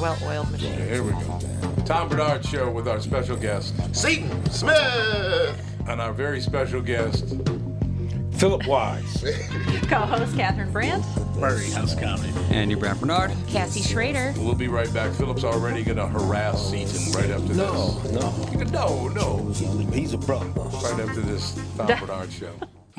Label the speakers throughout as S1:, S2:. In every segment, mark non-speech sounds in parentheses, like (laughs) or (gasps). S1: well-oiled machine.
S2: Here we go. Tom Bernard Show with our special guest
S3: Seton Smith.
S2: and our very special guest, Philip Wise.
S1: (laughs) Co-host Catherine Brandt,
S4: Murray House Comedy.
S5: Andy Brad Bernard.
S1: Cassie Schrader.
S2: We'll be right back. Philip's already going to harass Seaton right after
S4: No, no.
S2: this. No, no.
S4: He's a brother.
S2: Right after this Tom Bernard Show.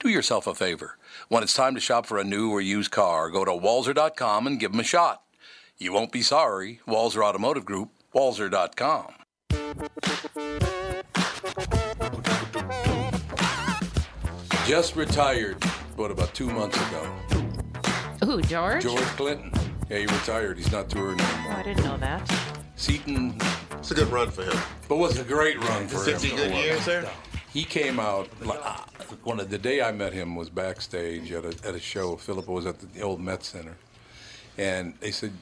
S2: Do yourself a favor. When it's time to shop for a new or used car, go to walzer.com and give them a shot. You won't be sorry. Walzer Automotive Group, walzer.com. Just retired, what, about two months ago?
S1: Ooh, George.
S2: George Clinton. Yeah, he retired. He's not touring
S1: Oh, I
S2: anymore.
S1: didn't know that.
S2: Seaton,
S3: It's a good run for him.
S2: but was a great run for him.
S3: 60 good years there.
S2: He came out. like, ah, One of the day I met him was backstage at a, at a show. Philip was at the, the old Met Center, and they said,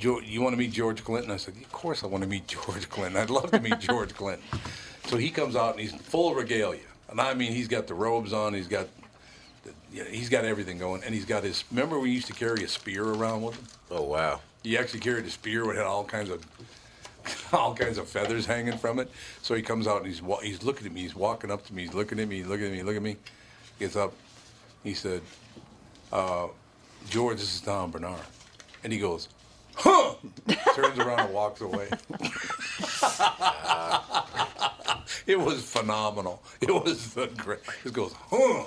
S2: "Geor- "You want to meet George Clinton?" I said, "Of course I want to meet (laughs) George Clinton. I'd love to
S3: (laughs)
S2: meet George Clinton." So he comes out and he's full of regalia, and I mean he's got the robes on, he's got, the, yeah, he's got everything going, and he's got his. Remember we used to carry a spear around with him.
S3: Oh wow.
S2: He actually carried a spear and had all kinds of (laughs) all kinds of feathers hanging from it. So he comes out and he's wa- he's looking at me. He's walking up to me. He's looking at me. He's looking at me. Looking at me. Gets up. He said, uh, "George, this is Tom Bernard," and he goes, "Huh." (laughs) Turns around and walks away. (laughs) it was phenomenal. It was the great. He goes, "Huh."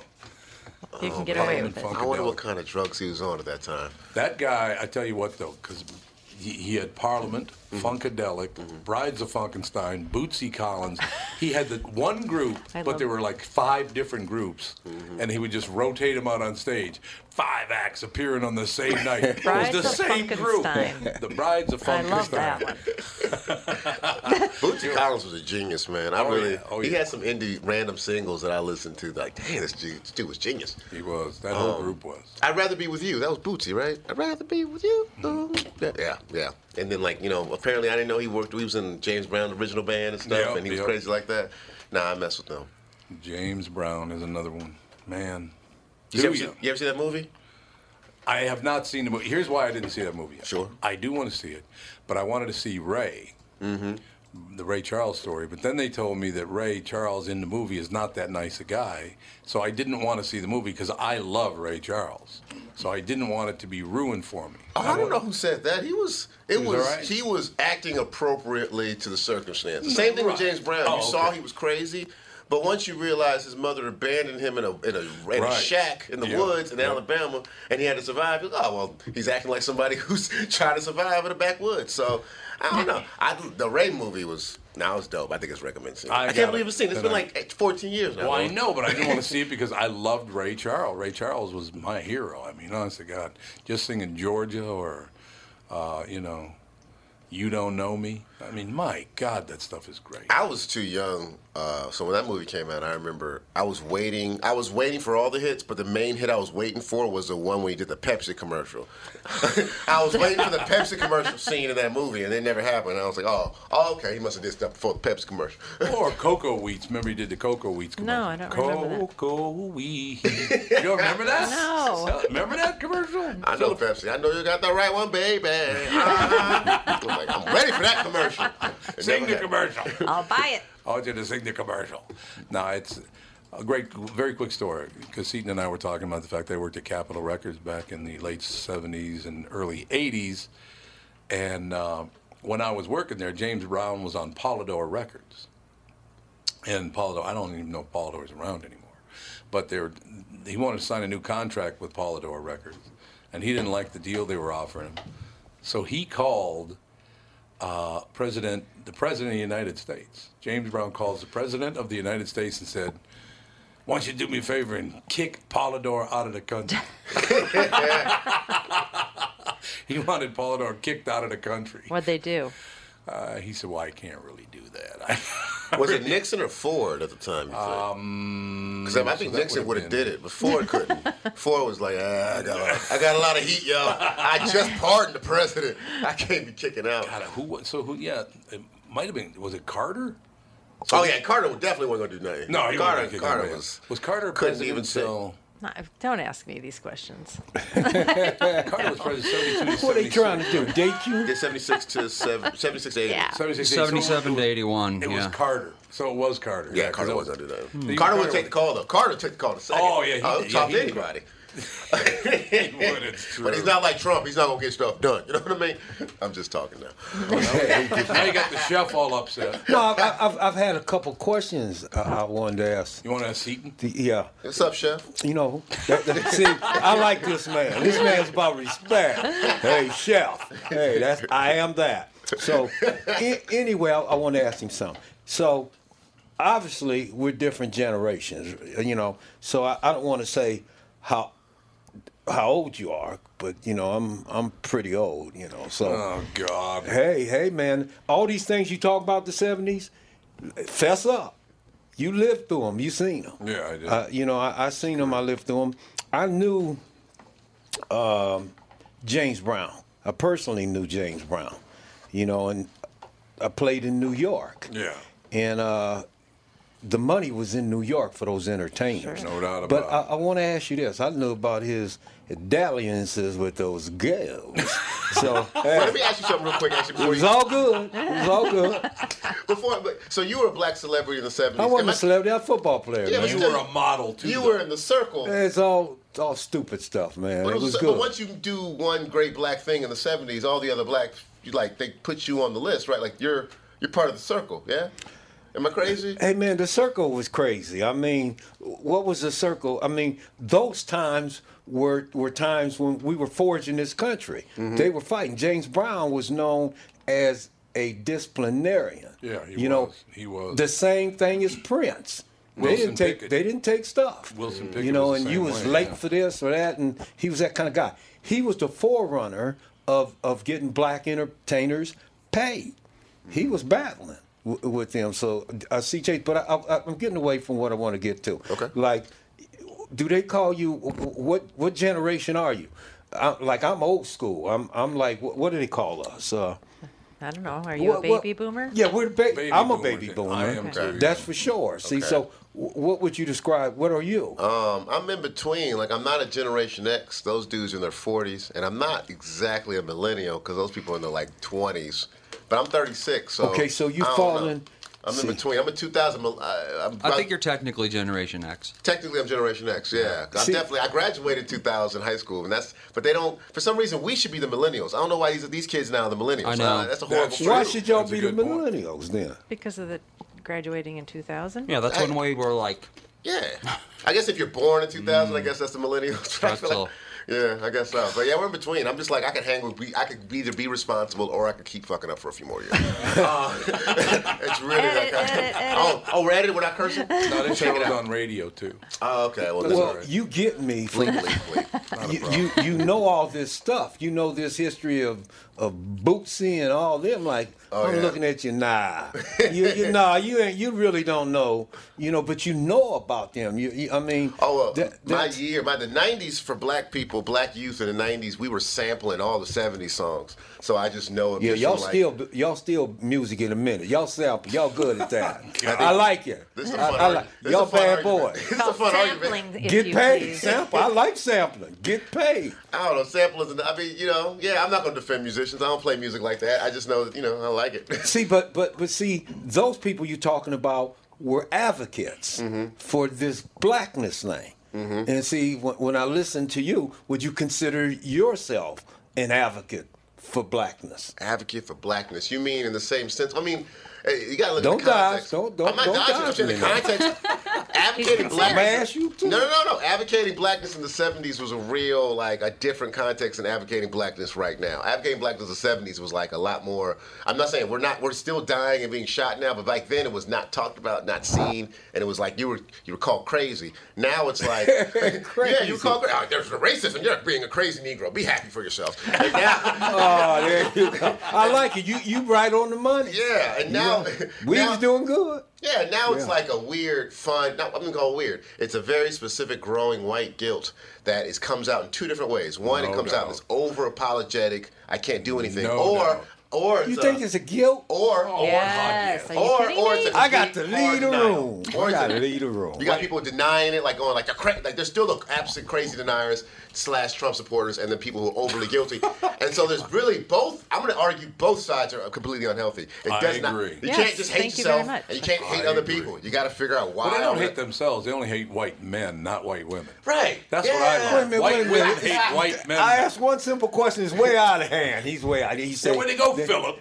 S1: You can get away
S2: man.
S1: with it.
S2: Fuck.
S3: I wonder what kind of drugs he was on at that time.
S2: That guy, I tell you what though, because He, he had Parliament,
S1: Mm-hmm.
S2: Funkadelic, Brides of Funkenstein, Bootsy Collins. He had the one group,
S1: I love
S2: but
S1: Mm-hmm.
S2: there were like five different groups, and he would just rotate them out on stage. Five acts appearing on the same
S1: (laughs)
S2: night. It was
S1: Brides
S2: the
S1: of
S2: same group.
S1: Funkenstein.
S2: (laughs) The Brides of Funkenstein.
S1: I love that one.
S3: Bootsy Collins was a genius, man. I
S2: Oh,
S3: really,
S2: yeah. Oh,
S3: he
S2: yeah.
S3: had some indie random singles that I listened to. Like, damn, this dude, this dude was genius.
S2: He was. That whole
S1: Oh.
S3: Um,
S2: group was.
S3: I'd rather be with you. That was Bootsy, right? I'd rather be with you.
S2: Mm-hmm.
S3: Yeah, yeah, yeah. And then like you know, apparently I didn't know he worked. He was in James Brown's original band and stuff,
S2: Yep,
S3: and he was
S2: yep.
S3: crazy like that. Nah, I mess with them.
S2: James Brown is another one. Man.
S3: You,
S2: Do
S3: ever,
S2: ya?
S3: See, you ever see that movie?
S2: I have not seen the movie. Here's why I didn't see that movie yet.
S3: Sure.
S2: I do want to see it, but I wanted to see Ray,
S3: Mm-hmm.
S2: the Ray Charles story. But then they told me that Ray Charles in the movie is not that nice a guy. So I didn't want to see the movie because I love Ray Charles. So I didn't want it to be ruined for me.
S3: Oh, I don't know who said that. He was.
S2: He
S3: It was.
S2: was all right?
S3: He was acting appropriately to the circumstances. Same thing with
S2: Right.
S3: James Brown.
S2: Oh,
S3: you saw
S2: okay.
S3: he was crazy, but once you realize his mother abandoned him in a in a, in a
S2: Right.
S3: shack in the
S2: Yeah.
S3: woods in
S2: Yeah.
S3: Alabama, and he had to survive. you're like, Oh well, he's acting like somebody (laughs) who's trying to survive in the backwoods. So I don't
S2: (laughs)
S3: know. I the Ray movie was. Now it's dope. I think it's recommended.
S2: I
S3: I, I
S2: got
S3: can't believe
S2: it.
S3: it's seen. It's
S2: Then
S3: been
S2: I-
S3: like eight- 14 years now.
S2: Well, I know, but I didn't want to see it because I loved Ray Charles. Ray Charles was my hero. I mean, honest to God, just singing Georgia or, uh, you know, You Don't Know Me. I mean, my God, that stuff is great.
S3: I was too young. Uh, so when that movie came out, I remember I was waiting. I was waiting for all the hits, but the main hit I was waiting for was the one when he did the Pepsi commercial. (laughs) I was waiting for the Pepsi commercial scene in that movie, and it never happened. I was like, oh, oh okay, he must have did stuff before the Pepsi commercial.
S2: Or Cocoa Wheats. Remember he did the Cocoa Wheats commercial?
S1: No, I don't
S2: Cocoa
S1: remember that.
S2: Cocoa Wheats. You don't remember that?
S1: No.
S2: (laughs) Remember that commercial?
S3: I know Pepsi. I know you got the right one, baby. Ah. (laughs) I was like, I'm ready for that commercial. It
S2: Sing
S3: never
S2: the
S3: happened.
S2: commercial.
S1: I'll buy it.
S2: I want you to sing the commercial. No, it's a great, very quick story because Seton and I were talking about the fact they worked at Capitol Records back in the late 70s and early 80s. And uh, when I was working there, James Brown was on Polydor Records. And Polydor, I don't even know if Polydor is around anymore. But they were, he wanted to sign a new contract with Polydor Records. And he didn't like the deal they were offering him. So he called uh, president, the president of the United States. James Brown calls the president of the United States and said, "Why don't you do me a favor and kick Polydor out of the country?" (laughs) he wanted Polydor kicked out of the country.
S1: What'd they do?
S2: Uh, he said, "Well, I can't really do that." (laughs)
S3: Was it Nixon or Ford at the time? you think? Because I think
S2: Um, so that
S3: Nixon would
S2: would've
S3: have
S2: been-
S3: did it, but
S2: (laughs)
S3: Ford couldn't. Ford was like, ah, I, got, I got a lot of heat, y'all. I just pardoned the president. I can't be kicking out.
S2: God, who? was- So who? Yeah, it might have been. Was it Carter?
S3: oh yeah, Carter definitely wasn't gonna do nothing.
S2: No, he
S3: Carter.
S2: wasn't gonna kick
S3: Carter
S2: anybody out.
S3: was.
S2: was Carter
S3: couldn't
S2: president
S3: even say.
S2: till-
S1: Not, don't ask me these questions.
S2: Carter was president. 72
S4: (laughs)
S2: to
S4: What are they
S2: 76.
S4: trying to do? Date you?
S3: Yeah, 76 to 7, 76 to 80.
S1: Yeah.
S2: 76, so it was-
S5: 77 to 81.
S2: It was
S5: yeah.
S2: Carter. So it was Carter.
S3: Yeah,
S2: 'cause
S3: Carter
S2: that
S3: wasn't gonna do
S2: (laughs)
S3: nothing.
S2: Hmm.
S3: Carter would take the call though. Carter took the call to second.
S2: Oh, yeah, he
S3: oh,
S2: did.
S3: talk
S2: Yeah,
S3: to
S2: he did.
S3: anybody.
S2: He would, it's true.
S3: (laughs) But he's not like Trump. He's not gonna get stuff done. You know what I mean? I'm just talking now.
S2: now you got the chef all upset.
S4: No, I- I- I've, I've had a couple questions I, I wanted to ask.
S2: You want to ask Seaton?
S4: Yeah,
S3: What's up, Chef?
S4: you know, that, that- see, I like this man. This man's about respect. Hey, chef. Hey, that's I am that. So, a- anyway, I, I want to ask him something. So, obviously, we're different generations, you know. So I, I don't want to say how how old you are, but you know, I'm I'm pretty old, you know. So.
S2: Oh God.
S4: Hey, hey, man! All these things you talk about the '70s, fess up. You lived through them. You seen them.
S2: Yeah, I did.
S4: Uh, you know, I, I seen them. I lived through them. I knew um, James Brown. I personally knew James Brown. You know, and I played in New York.
S2: Yeah.
S4: And uh, the money was in New York for those entertainers.
S2: Sure. No doubt
S4: But
S2: about it.
S4: I, I want to ask you this. I knew about his dalliances with those girls.
S2: (laughs)
S4: so
S3: Well,
S4: hey,
S3: let me ask you something real quick, actually,
S4: it
S3: before
S4: was
S3: you
S4: all good. It was all good.
S3: Before, but- so you were a black celebrity in the seventies.
S4: I wasn't a celebrity. I'm a football player,
S3: Yeah,
S4: man.
S3: but
S2: You were a model too.
S3: You
S2: though.
S3: were in the circle.
S4: It's all it's all stupid stuff, man.
S3: but,
S4: It was
S3: but
S4: good.
S3: once you do one great black thing in the seventies, all the other blacks, you like they put you on the list, right? Like you're you're part of the circle, yeah. Am I crazy?
S4: Hey man, the circle was crazy. I mean, what was the circle? I mean, those times were were times when we were forging this country.
S3: Mm-hmm.
S4: They were fighting. James Brown was known as a disciplinarian.
S2: Yeah, he
S4: you know,
S2: was. He was.
S4: the same thing as Prince. They
S2: Wilson
S4: didn't take
S2: Pickett.
S4: they didn't take stuff.
S2: Wilson
S4: you
S2: Pickett
S4: know,
S2: was the
S4: and
S2: same
S4: you was
S2: way,
S4: late
S2: yeah.
S4: for this or that, and he was that kind of guy. He was the forerunner of of getting black entertainers paid. He was battling w- with them. So uh, CJ, but I, I, I'm getting away from what I want to get to.
S3: Okay.
S4: Like, do they call you? What what generation are you? I, like I'm old school. I'm I'm like what, what do they call us? Uh,
S1: I don't know. Are you a
S4: what-
S1: baby
S4: what-
S1: boomer?
S4: Yeah, we're ba-
S2: Baby
S4: I'm a
S2: boomer,
S4: baby
S2: Jake.
S4: boomer.
S2: I am too,
S4: That's
S2: yeah.
S4: for sure. See,
S3: Okay.
S4: so w- what would you describe? What are you?
S3: Um, I'm in between. Like I'm not a Generation X. Those dudes in their 40s, and I'm not exactly a millennial because those people are in their like 20s. But I'm 36. So
S4: Okay, so you
S3: I don't
S4: fall
S3: know.
S4: in-
S3: I'm
S4: see.
S3: in between. I'm a 2000. mil- I, I'm
S5: I
S3: about-
S5: think you're technically Generation X.
S3: Technically, I'm Generation X. Yeah, I
S4: See-
S3: definitely. I graduated 2000 high school, and that's. But they don't. For some reason, we should be the millennials. I don't know why these these kids now are the millennials. Uh,
S5: I know.
S3: that's a horrible.
S2: That's
S4: Why
S2: true.
S4: should y'all
S2: That's a
S4: be the
S2: good point.
S4: millennials then?
S1: Because of the graduating in 2000?
S5: Yeah, that's
S3: I-
S5: when we were like,
S3: Yeah. I guess if you're born in 2000, I guess that's the millennials. (laughs) I
S5: That's
S3: feel like-
S5: all.
S3: yeah, I guess so. But yeah, we're in between. I'm just like I could hang with. be- I could either be responsible or I could keep fucking up for a few more years. Uh, (laughs) it's really
S1: Edit,
S3: that kind
S1: edit, edit.
S3: Oh, oh, we're at it without cursing.
S2: No, this show was on radio too.
S3: Oh, okay. Well, that's
S4: well,
S3: all right.
S4: you get me
S3: Bleep,
S4: from
S3: bleep, bleep.
S4: you, you. You know all this stuff. You know this history of of Bootsy and all them. Like
S3: Oh,
S4: I'm
S3: yeah.
S4: looking at you,
S3: (laughs)
S4: nah. you, you nah. You ain't. You really don't know. You know, but you know about them. You. you I mean.
S3: Oh, well,
S4: that-
S3: my
S4: that's-
S3: year, my the '90s for Black people, Black youth in the '90s, we were sampling all the '70s songs. So I just know. it
S4: Yeah,
S3: just
S4: y'all
S3: from, like,
S4: still y'all still music in a minute. Y'all sample. Y'all good at
S3: (laughs)
S4: that.
S3: God.
S4: I like it.
S3: This is a
S4: I-
S3: fun
S4: I like-
S3: argument. This is a
S4: y'all
S3: fun
S4: bad
S3: argument.
S4: boys.
S3: (laughs) This is a fun argument.
S1: sampling, if
S4: Get
S1: you
S4: paid.
S1: please.
S4: Sample. I like sampling. Get paid.
S3: I don't know, samplers. And, I mean, you know, yeah, I'm not going to defend musicians. I don't play music like that. I just know that, you know, I like it. (laughs)
S4: See, but but but see, those people you're talking about were advocates
S3: Mm-hmm.
S4: for this blackness thing. And see, when, when I listen to you, would you consider yourself an advocate for blackness?
S3: Advocate for blackness. You mean in the same sense? I mean, hey, you got to look
S4: Don't
S3: at the context.
S4: dodge. Don't- don't-
S3: I'm not
S4: don't
S3: dodging.
S4: dodge
S3: I'm saying
S4: me
S3: the
S4: now.
S3: context. Advocating blackness.
S4: Smash you too.
S3: No, no, no, no. Advocating blackness in the 70s was a real, like, a different context than advocating blackness right now. Advocating blackness in the 70s was, like, a lot more. I'm not saying we're not, we're still dying and being shot now, but back then it was not talked about, not seen, and it was like you were, you were called crazy. Now it's like, yeah, you
S4: (laughs) Crazy.
S3: call, oh, there's a racism. You're being a crazy Negro. Be happy for yourself. And now,
S4: (laughs) Oh, there you go. I like it. You you right on the money.
S3: yeah, and now,
S4: We
S3: now,
S4: was doing good.
S3: Yeah, now it's
S4: Yeah.
S3: like a weird, fun. Not, I'm gonna call it weird. It's a very specific growing white guilt that is comes out in two different ways. One, it
S2: No
S3: comes out
S2: doubt.
S3: as over apologetic. I can't do anything.
S2: No
S3: or,
S2: doubt.
S3: or
S4: You
S3: it's
S4: think
S3: a,
S4: it's a guilt?
S3: or
S1: Yes. Are you
S3: or
S1: kidding
S3: or
S1: me?
S3: it's a
S4: I got to
S3: complete
S4: leave the
S3: hard denial.
S4: room.
S3: Or
S4: I
S3: it's
S4: got
S3: a-
S4: to leave the room.
S3: You got people denying it, like going like they're cra- like they're still the absent crazy deniers slash Trump supporters, and then people who are
S2: (laughs)
S3: overly guilty. and so there's really both. I'm going to argue both sides are completely unhealthy. It
S2: I
S3: does not.
S2: agree.
S3: You
S2: Yes,
S3: can't just hate
S1: thank you very
S3: yourself,
S1: much.
S3: and you can't hate
S2: I
S3: other
S2: agree.
S3: people. You got to figure out why.
S2: Well, they
S3: all
S2: don't
S3: that-
S2: hate themselves. They only hate white men, not white women.
S3: Right.
S2: That's
S3: Yeah.
S2: what I
S3: Wait a
S2: learned.
S3: minute,
S2: white
S4: wait a
S2: women
S4: minute.
S2: hate white men.
S4: I asked one simple question. It's way out of hand. He's way out. He
S2: so
S4: said,
S2: where they go, Philip?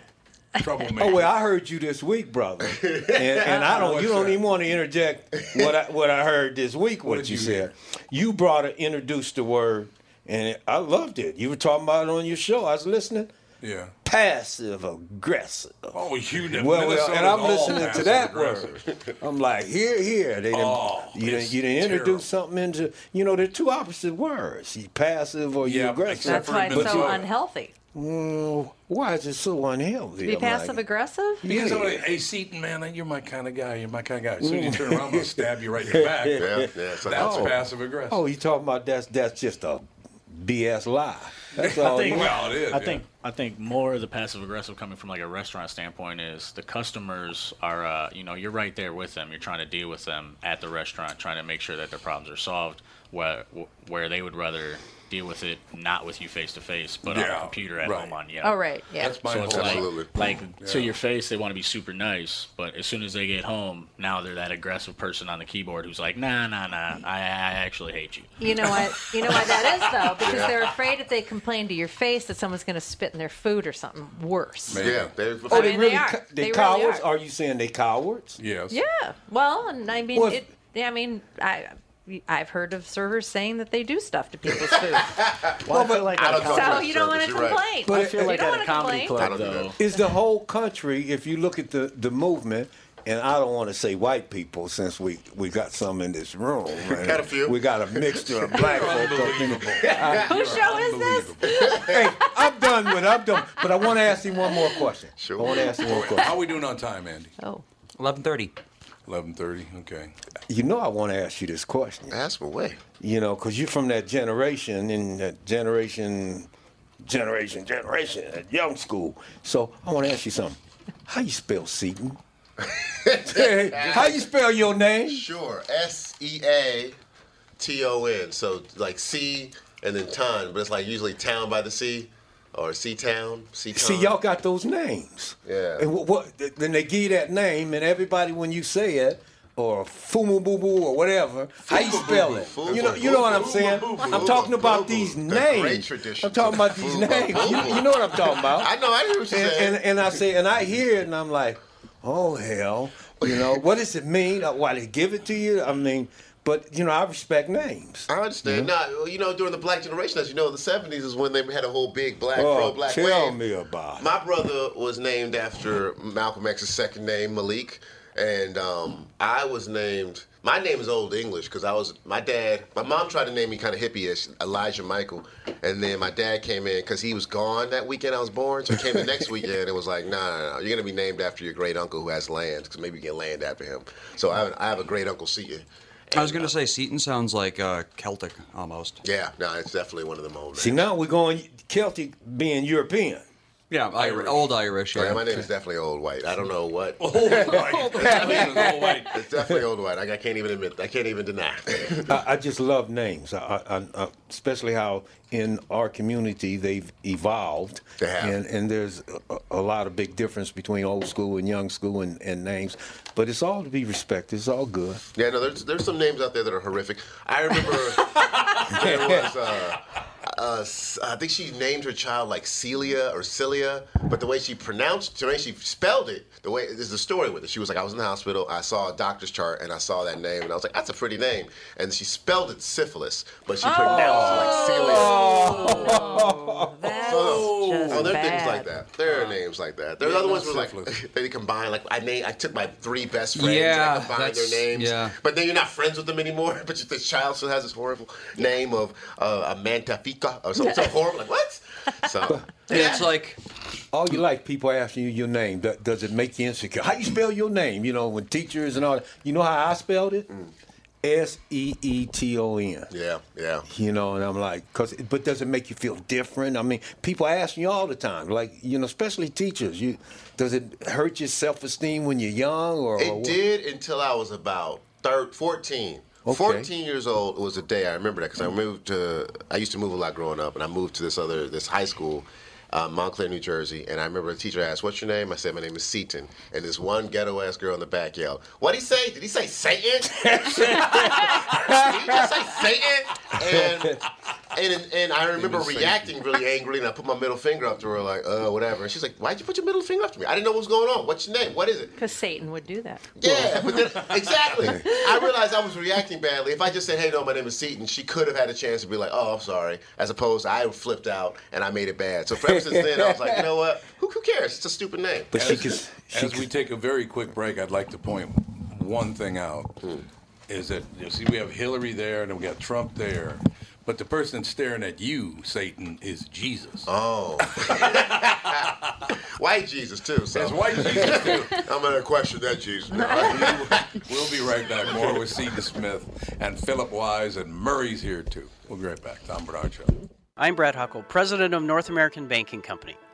S2: Troublemaker.
S4: "Oh well, I heard you this week, brother, and, and I don't. You
S2: What's
S4: don't
S2: that?
S4: even want to interject what I, what I heard this week. What,
S2: did
S4: you,
S2: you
S4: said.
S2: hear?
S4: You brought it, introduced the word, and I loved it. You were talking about it on your show. I was listening.
S2: Yeah.
S4: Passive aggressive.
S2: Oh, you know,
S4: Well, well,
S2: Minnesota's
S4: and I'm
S2: all
S4: listening to
S2: passive
S4: that
S2: aggressive.
S4: word. I'm like, here, here. They didn't,
S2: Oh,
S4: you didn't,
S2: it's
S4: you didn't
S2: terrible.
S4: introduce something into, you know, they're two opposite words. You passive or you
S2: Yeah,
S4: aggressive.
S1: That's
S2: except for
S1: why it's so
S2: Minnesota.
S1: unhealthy.
S4: Well, why is it so unhealthy? I'm
S1: Be
S4: like,
S1: passive aggressive?
S2: Because I'm like, hey, Seaton, man, you're my kind of guy. You're my kind of guy. As soon as you turn around, I'm going to stab you right in
S4: (laughs)
S2: the back.
S3: Yeah, yeah, so
S2: That's
S3: that's-
S2: passive aggressive.
S4: Oh, you talking about that's that's just a BS lie. That's all.
S6: think-
S4: it is.
S2: well, it is.
S6: I
S2: yeah.
S6: think I think more of the passive aggressive coming from like a restaurant standpoint is the customers are uh, you know you're right there with them. You're trying to deal with them at the restaurant, trying to make sure that their problems are solved. where where they would rather deal with it not with you face to face, but on
S2: Yeah,
S6: a computer at
S2: right.
S6: home on you.
S1: Oh, right. Yeah.
S2: That's my
S6: So
S2: whole
S6: it's
S2: thing.
S6: like,
S3: Absolutely.
S6: like to
S2: Yeah.
S6: your face, they want to be super nice, but as soon as they get home, now they're that aggressive person on the keyboard who's like, nah, nah, nah, I, I actually hate you.
S1: You know what? You know why that is though, because they're afraid if they complain to your face that someone's going to spit in their food or something worse.
S3: Yeah, they,
S4: Oh, they
S1: mean, they
S4: really
S1: are.
S4: co- they,
S1: They really
S4: cowards?
S1: are.
S4: are. you saying they cowards?
S2: Yes.
S1: Yeah. Well, and I mean,
S4: Well, if-
S1: it, yeah, I mean, I. I've heard of servers saying that they do stuff to people's food,
S6: Well, I feel like
S3: I
S6: at a com-
S3: don't talk
S1: so
S3: about
S1: you don't want
S3: servers,
S1: to
S3: you're right.
S1: complain.
S6: I
S4: But
S6: feel
S1: you
S6: like
S1: don't
S6: at
S1: wanna
S6: a comedy
S1: complain.
S3: I
S6: club
S3: don't do
S6: though.
S4: Is the whole country, if you look at the, the movement, and I don't want to say white people since we, we got some in this room. and
S3: Got a few.
S4: We got a mixture of black folk. up in here.
S1: Whose show is this?
S4: hey, I'm done with it. I'm done. But I want to ask you one more question.
S3: Sure.
S4: I want to ask you one question.
S2: How are we doing on time, Andy?
S1: Oh,
S5: 11:30.
S2: 11:30. Okay.
S4: You know I want to ask you this question.
S3: Ask away.
S4: You know, because you're from that generation and that generation, generation, generation, at young school. So I want to ask you something. How you spell Seton? Hey, how you spell your name?
S3: Sure. S E A T O N. So like C and then ton, but it's like usually town by the sea or sea town, sea town.
S4: See, y'all got those names.
S3: Yeah.
S4: And what, what? Then they give you that name, and everybody, when you say it, or fumu boo boo or whatever, how you spell it?
S3: Fubu
S4: you know, you know what I'm
S3: boo boo.
S4: saying?
S3: Fubu
S4: I'm
S3: boo
S4: talking
S3: boo.
S4: about
S3: Fubu.
S4: these
S3: The
S4: names.
S3: great traditions
S4: I'm talking about these
S3: Fubu
S4: names.
S3: boo
S4: You,
S3: boo.
S4: you know what I'm talking about?
S3: I know, I hear what you're
S4: and,
S3: saying.
S4: and, and I say, and I hear it, and I'm like, oh hell, you know, what does it mean? Uh, Why they give it to you? I mean, but you know, I respect names.
S3: I understand. No, you know, during the black generation, as you know, the '70s is when they had a whole big black
S4: Oh,
S3: pro-black
S4: tell
S3: wave.
S4: me about it.
S3: My brother was named after Malcolm X's second name, Malik, and um, I was named. My name is Old English because I was my dad. My mom tried to name me kind of hippie-ish, Elijah Michael, and then my dad came in because he was gone that weekend I was born, so he
S4: (laughs)
S3: came the next weekend and was like, "No, no, no, you're gonna be named after your great uncle who has land because maybe you get land after him." So I have, I have a great uncle Seaton.
S5: I was gonna say Seton sounds like uh, Celtic almost.
S3: Yeah, no, it's definitely one of them old.
S4: See,
S3: names.
S4: now we're going Celtic being European.
S5: Yeah, Irish. old Irish. Yeah.
S3: Yeah, my name is definitely old white. I don't know what. (laughs)
S2: Oh, wait.
S3: It's definitely old white. I, I can't even admit. I can't even deny.
S4: I, I just love names, I, I, I- I- especially how in our community they've evolved.
S3: They have.
S4: And, and there's a, a lot of big difference between old school and young school and, and names. But it's all to be respected. It's all good.
S3: yeah, no, there's there's some names out there that are horrific. I remember there was. Uh, uh, S- I think she named her child like Celia or Celia, but the way she pronounced, the way she spelled it, the way there's a story with it. She was like, I was in the hospital, I saw a doctor's chart, and I saw that name, and I was like, that's a pretty name. And she spelled it syphilis, but she pronounced it like Celia.
S1: Oh. that's
S3: Oh,
S1: just
S3: oh, there are
S1: bad. Uh-huh.
S3: things like that. There are names like that. There's
S2: Yeah,
S3: other
S2: no
S3: ones where like
S2: syphilis.
S3: (laughs) they combine. Like I name, I took my three best friends
S5: Yeah,
S3: and I combined their
S5: that's-
S3: names.
S5: yeah.
S3: But then you're not friends with them anymore. (laughs) But the child still has this horrible name of uh, a mantafica or
S1: (laughs)
S3: something so horrible. Like what? So
S5: (laughs) Yeah, It's like
S4: All your life, people asking you your name. Do- Does it make you insecure? How you spell your name? You know, when teachers and all that. You know how I spelled it? S E E T O N.
S3: yeah, yeah.
S4: You know, and I'm like, cause, but does it make you feel different? I mean, people ask me all the time, like, you know, especially teachers. You, does it hurt your self esteem when you're young? Or or
S3: It
S4: what?
S3: did until I was about thir 14.
S4: Okay.
S3: 14 years old was the day I remember that because I moved to. I used to move a lot growing up, and I moved to this other this high school, uh, Montclair, New Jersey. And I remember a teacher asked, "What's your name?" I said, "My name is Seaton." And this one ghetto ass girl in the back yelled, "What'd he say? Did he say Satan? (laughs) Did he just say Satan?" And and, and I remember reacting really angry, and I put my middle finger up to her, like, uh, whatever. And she's like, Why'd you put your middle finger up to me? I didn't know what was going on. What's your name? What is it?
S1: Because Satan would do that.
S3: Yeah, but then
S2: (laughs)
S3: exactly. I realized I was reacting badly. If I just said, "Hey, no, my name is Seaton," she could have had a chance to be like, "Oh, I'm sorry," as opposed I flipped out and I made it bad. So ever since then, I was like, you know what? Who, who cares? It's a stupid name.
S4: But she could. She
S2: As we
S4: could-
S2: take a very quick break, I'd like to point one thing out.
S4: Hmm.
S2: Is that you see we have Hillary there and we got Trump there, but the person staring at you, Satan, is Jesus.
S3: Oh, white Jesus too. So
S2: That's white Jesus too.
S3: (laughs) I'm gonna question
S2: (laughs)
S3: that Jesus.
S2: All right, we- we'll be right back. More with Seton Smith and Philip Wise and Murray's here too. We'll be right back. Tom Bernard Show.
S7: I'm Brad Huckle, president of North American Banking Company.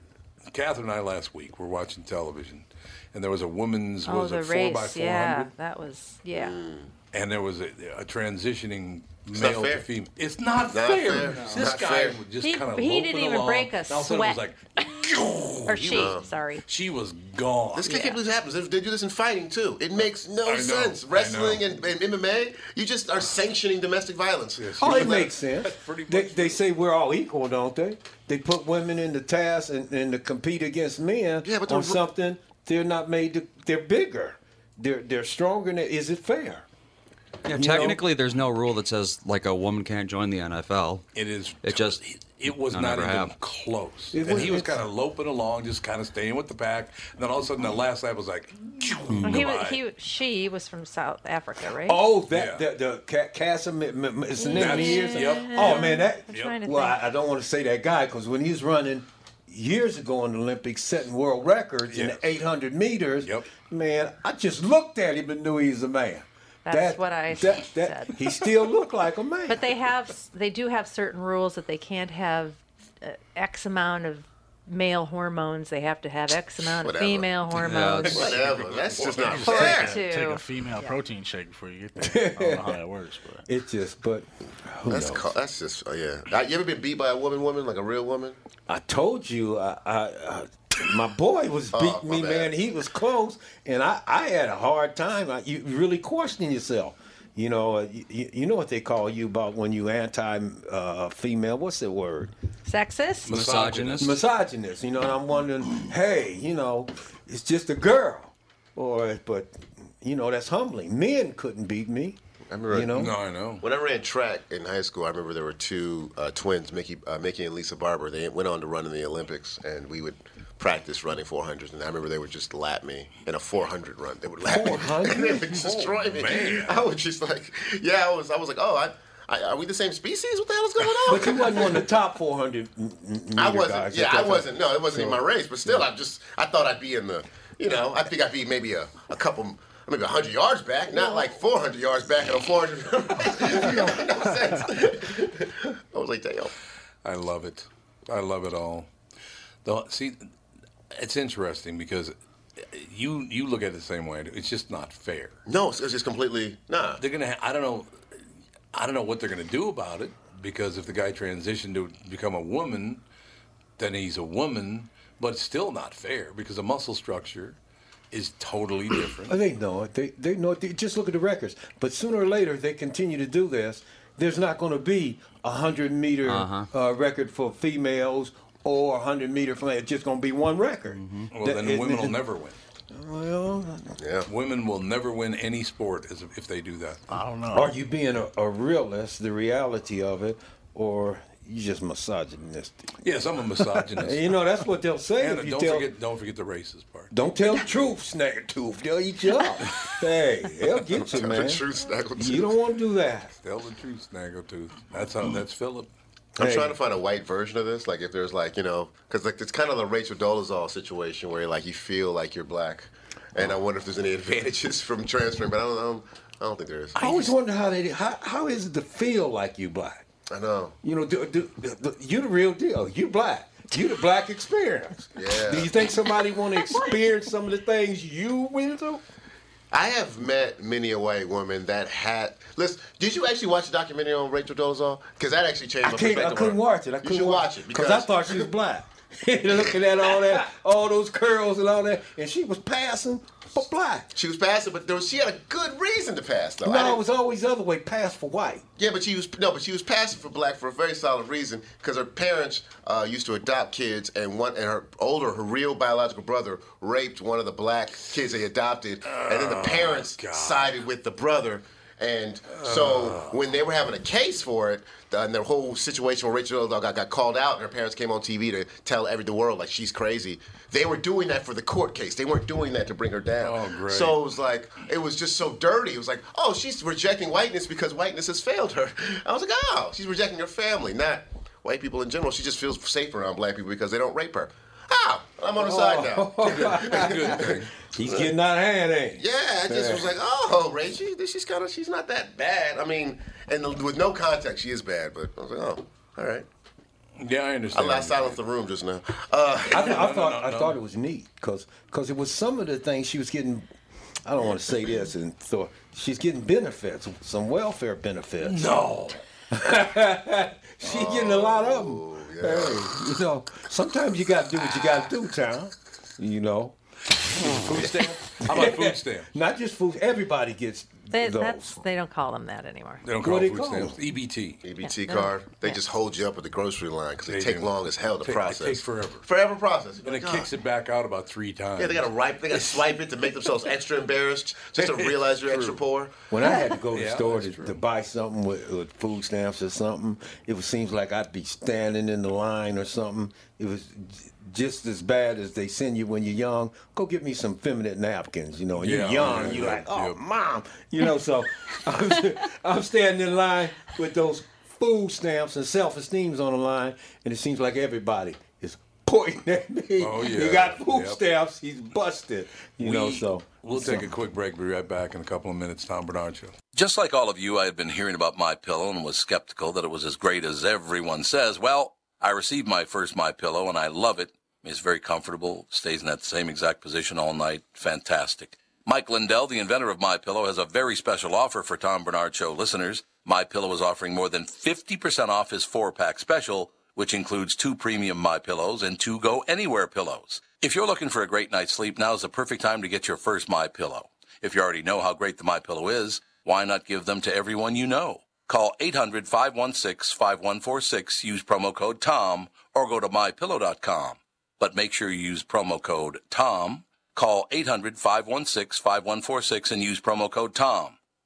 S2: Catherine and I last week were watching television, and there was a women's what
S1: oh,
S2: was
S1: the
S2: it four by
S1: race.
S2: four
S1: Yeah,
S2: hundred, Mm.
S1: that was, yeah.
S2: and there was a, a transitioning
S3: It's not
S2: male
S3: fair.
S2: to female. It's not,
S3: Not
S2: fair.
S3: fair. No.
S2: This
S3: Not
S2: guy
S3: fair.
S2: would just
S1: He-
S2: kind of
S1: he didn't even break a sweat.
S2: It was like, (laughs)
S1: Or she,
S3: was-
S1: sorry.
S2: she was gone.
S3: This can't believe this happens. They do this in fighting too. It makes no
S2: I know,
S3: sense.
S2: I
S3: Wrestling and, and MMA, you just are sanctioning domestic violence.
S4: Oh,
S3: You
S4: it
S3: let-
S4: makes sense. They, they say we're all equal, don't they? They put women in the task and, and to compete against men
S3: Yeah, but
S4: on
S3: the-
S4: something they're not made to. They're bigger. They're they're stronger. and Is it fair?
S5: Yeah,
S4: You know?
S5: technically, there's no rule that says like a woman can't join the NFL.
S2: It is.
S5: It just.
S2: It was
S5: None
S2: not
S5: ever
S2: even
S5: have.
S2: close.
S4: It
S2: and
S4: was-
S2: he was
S4: it's-
S2: kind of loping along, just kind of staying with the pack. And then all of a sudden, the last lap was like, (laughs)
S1: He was,
S2: goodbye. (laughs)
S1: he, she was from South Africa, right?
S4: Oh, that the, the Casim, it's in
S2: That's-
S4: years.
S2: yep.
S4: Oh man, that.
S1: I'm trying to
S4: Well,
S1: think.
S4: I, I don't want to say that guy because when he was running years ago in the Olympics, setting world records in
S2: Yes.
S4: the 800 meters,
S2: Yep.
S4: man, I just looked at him and knew he was a man.
S1: That's what I said.
S4: He still looked like a man.
S1: But they have, they do have certain rules that they can't have uh, X amount of male hormones. They have to have X amount
S3: Whatever.
S1: of female hormones.
S3: Whatever. That's just not
S1: For it
S3: fair.
S1: to-
S6: Take a female protein shake before you get there. I don't know how that works,
S4: (laughs)
S6: but
S4: It just, but who
S3: That's
S4: knows?
S3: ca- that's just oh, yeah. Uh, You ever been beat by a woman, woman like a real woman?
S4: I told you, I, I, I, my boy was beating
S3: Oh, my
S4: me, man.
S3: bad.
S4: He was close, and I, I had a hard time. I, you really question yourself. You know, uh, you, you know what they call you about when you anti-female. What's the word?
S1: Sexist?
S5: Misogynist.
S4: Misogynist. You know, and I'm wondering, hey, you know, it's just a girl, or but, you know, that's humbling. Men couldn't beat me.
S3: I remember-
S4: you know,
S2: No, I know.
S3: When I ran track in high school, I remember there were two uh, twins, Mickey, uh, Mickey and Lisa Barber. They went on to run in the Olympics, and we would practice running 400s. And I remember they would just lap me in a 400 run. They would lap me, (laughs)
S4: 400?
S3: and they would destroy
S4: Oh,
S3: me.
S2: man.
S3: I was just like, yeah, I was, I was like, oh, I, I, are we the same species? What the hell is going on?
S4: but you wasn't one of the top 400. m- m-
S3: I
S4: meter
S3: wasn't.
S4: guys at
S3: yeah,
S4: that
S3: I
S4: time.
S3: wasn't. No, it wasn't even my race. But still, I just I thought I'd be in the. You know, I think I'd be maybe a, a couple, maybe hundred yards back, not like four hundred yards back at a four hundred. (laughs) no sense. I was like, damn.
S2: I love it. I love it all. The, see, it's interesting because you you look at it the same way. I do. It's just not fair.
S3: No, it's, it's just completely nah.
S2: They're gonna. Ha- I don't know. I don't know what they're gonna do about it because if the guy transitioned to become a woman, then he's a woman, but it's still not fair because the muscle structure is totally
S4: Oh, (clears throat)
S2: different.
S4: They know it. They they know it. They- just look at the records. But sooner or later, if they continue to do this. There's not going to be a hundred meter uh record for females or a hundred meter for It's just going to be one record.
S2: Well,
S4: That-
S2: then
S4: it-
S2: women will
S4: it-
S2: never win.
S4: Well,
S3: Yeah.
S2: Women will never win any sport as if they do that.
S6: I don't know.
S4: are you being a, a realist, the reality of it, or you just misogynistic?
S2: Yes, I'm a misogynist.
S4: And (laughs) you know that's what they'll say
S2: And
S4: if you
S2: don't
S4: tell.
S2: forget, don't forget the racist part.
S4: Don't tell the truth, snagger tooth. They'll eat you
S3: (laughs)
S4: up. hey, they'll get you,
S3: Tell
S4: man.
S3: the truth, Snaggletooth.
S4: You don't want to do that.
S2: Tell the truth, Snaggletooth. That's how. That's Philip.
S3: I'm
S4: Hey.
S3: trying to find a white version of this. Like, if there's like, you know, because like it's kind of the Rachel Dolezal situation where like you feel like you're black, and I wonder if there's any (laughs) advantages from transferring. But I don't know. I don't think there is.
S4: I always wonder how they how how is it to feel like you black?
S3: I know.
S4: You know, do, do, do, you the real deal. You black. You the black experience.
S3: Yeah. (laughs)
S4: Do you think somebody want to experience some of the things you went through?
S3: I have met many a white woman that had. Listen, did you actually watch the documentary on Rachel Dolezal? Because that actually changed
S4: I,
S3: my
S4: can't,
S3: perspective.
S4: I
S3: on
S4: couldn't
S3: her.
S4: watch it. I couldn't
S3: should watch it,
S4: because I
S3: because-
S4: thought she was black. (laughs) Looking at all that, all those curls and all that, and she was passing for black.
S3: She was passing, but there was, she had a good reason to pass, though. I
S4: no,
S3: didn't-
S4: it was always the other way, pass for white.
S3: Yeah, but she was no, but she was passing for black for a very solid reason because her parents uh, used to adopt kids, and one and her older, her real biological brother raped one of the black kids they adopted, and then the parents sided with the brother. And so when they were having a case for it, the- and the whole situation where Rachel Dolezal got, got called out, and her parents came on TV to tell every the world like she's crazy. They were doing that for the court case. They weren't doing that to bring her down. Oh,
S8: great.
S3: So it was like it was just so dirty. It was like, oh, she's rejecting whiteness because whiteness has failed her. (laughs) I was like, oh, she's rejecting her family, not white people in general. She just feels safe around black people because they don't rape her. Ah, I'm on her
S4: Oh.
S3: side now.
S8: Oh. (laughs)
S3: (laughs)
S4: He's getting out of hand, ain't he?
S3: Yeah, I just was like, oh, Rachel, this she's kind of she's not that bad. I mean, and with no context, she is bad. But I was like, oh, all right.
S8: Yeah, I understand.
S3: I silenced the room just now. Uh,
S4: I, th- I thought I thought it was neat because it was some of the things she was getting. I don't want to say this, and so she's getting benefits, some welfare benefits. (laughs)
S8: No.
S4: she's getting a lot of
S3: Oh,
S4: them. Hey, you know, sometimes you got to do what you got to do, town. You know,
S8: food stamp. How about food stamp?
S4: Not just food. Everybody gets
S1: They,
S4: those.
S1: that's, they don't call them that anymore.
S8: They don't
S4: What
S8: call
S4: they
S8: it food
S4: call
S8: stamps. E
S4: them?
S8: EBT.
S3: EBT
S1: Yeah.
S3: card. They just hold you up at the grocery line because they, take long as hell to
S8: Take-
S3: process.
S8: It takes forever.
S3: Forever process.
S8: And it
S3: God.
S8: kicks it back out about three times.
S3: Yeah, they gotta ripe. They gotta swipe it to make themselves extra embarrassed, just to realize you're extra poor.
S4: When I had to go to the
S3: Yeah,
S4: store
S3: that's
S4: to, to buy something with, with food stamps or something, it was, seems like I'd be standing in the line or something. It was j- just as bad as they send you when you're young. Go get me some feminine napkins, you know. And
S8: Yeah,
S4: you're young,
S8: yeah,
S4: you're
S8: yeah,
S4: like, oh, mom, you know. So (laughs) I'm, I'm standing in line with those food stamps and self-esteem's on the line, and it seems like everybody is (laughs) pointing at me.
S8: Oh,
S4: You
S8: yeah.
S4: got food
S8: Yep.
S4: stamps. He's busted, you know. So
S8: we'll take
S4: so-
S8: a quick break. Be right back in a couple of minutes. Tom Bernard Show.
S2: Just like all of you, I had been hearing about My Pillow and was skeptical that it was as great as everyone says. Well, I received my first My Pillow and I love it. It's very comfortable, stays in that same exact position all night. Fantastic. Mike Lindell, the inventor of My Pillow, has a very special offer for Tom Bernard Show listeners. My Pillow is offering more than 50% off his four-pack special, which includes two premium My Pillows and two Go Anywhere pillows. If you're looking for a great night's sleep, now's the perfect time to get your first My Pillow. If you already know how great the My Pillow is, why not give them to everyone you know? Call 800 516 5146, use promo code TOM, or go to mypillow.com. But make sure you use promo code TOM. Call 800 516 5146 and use promo code TOM.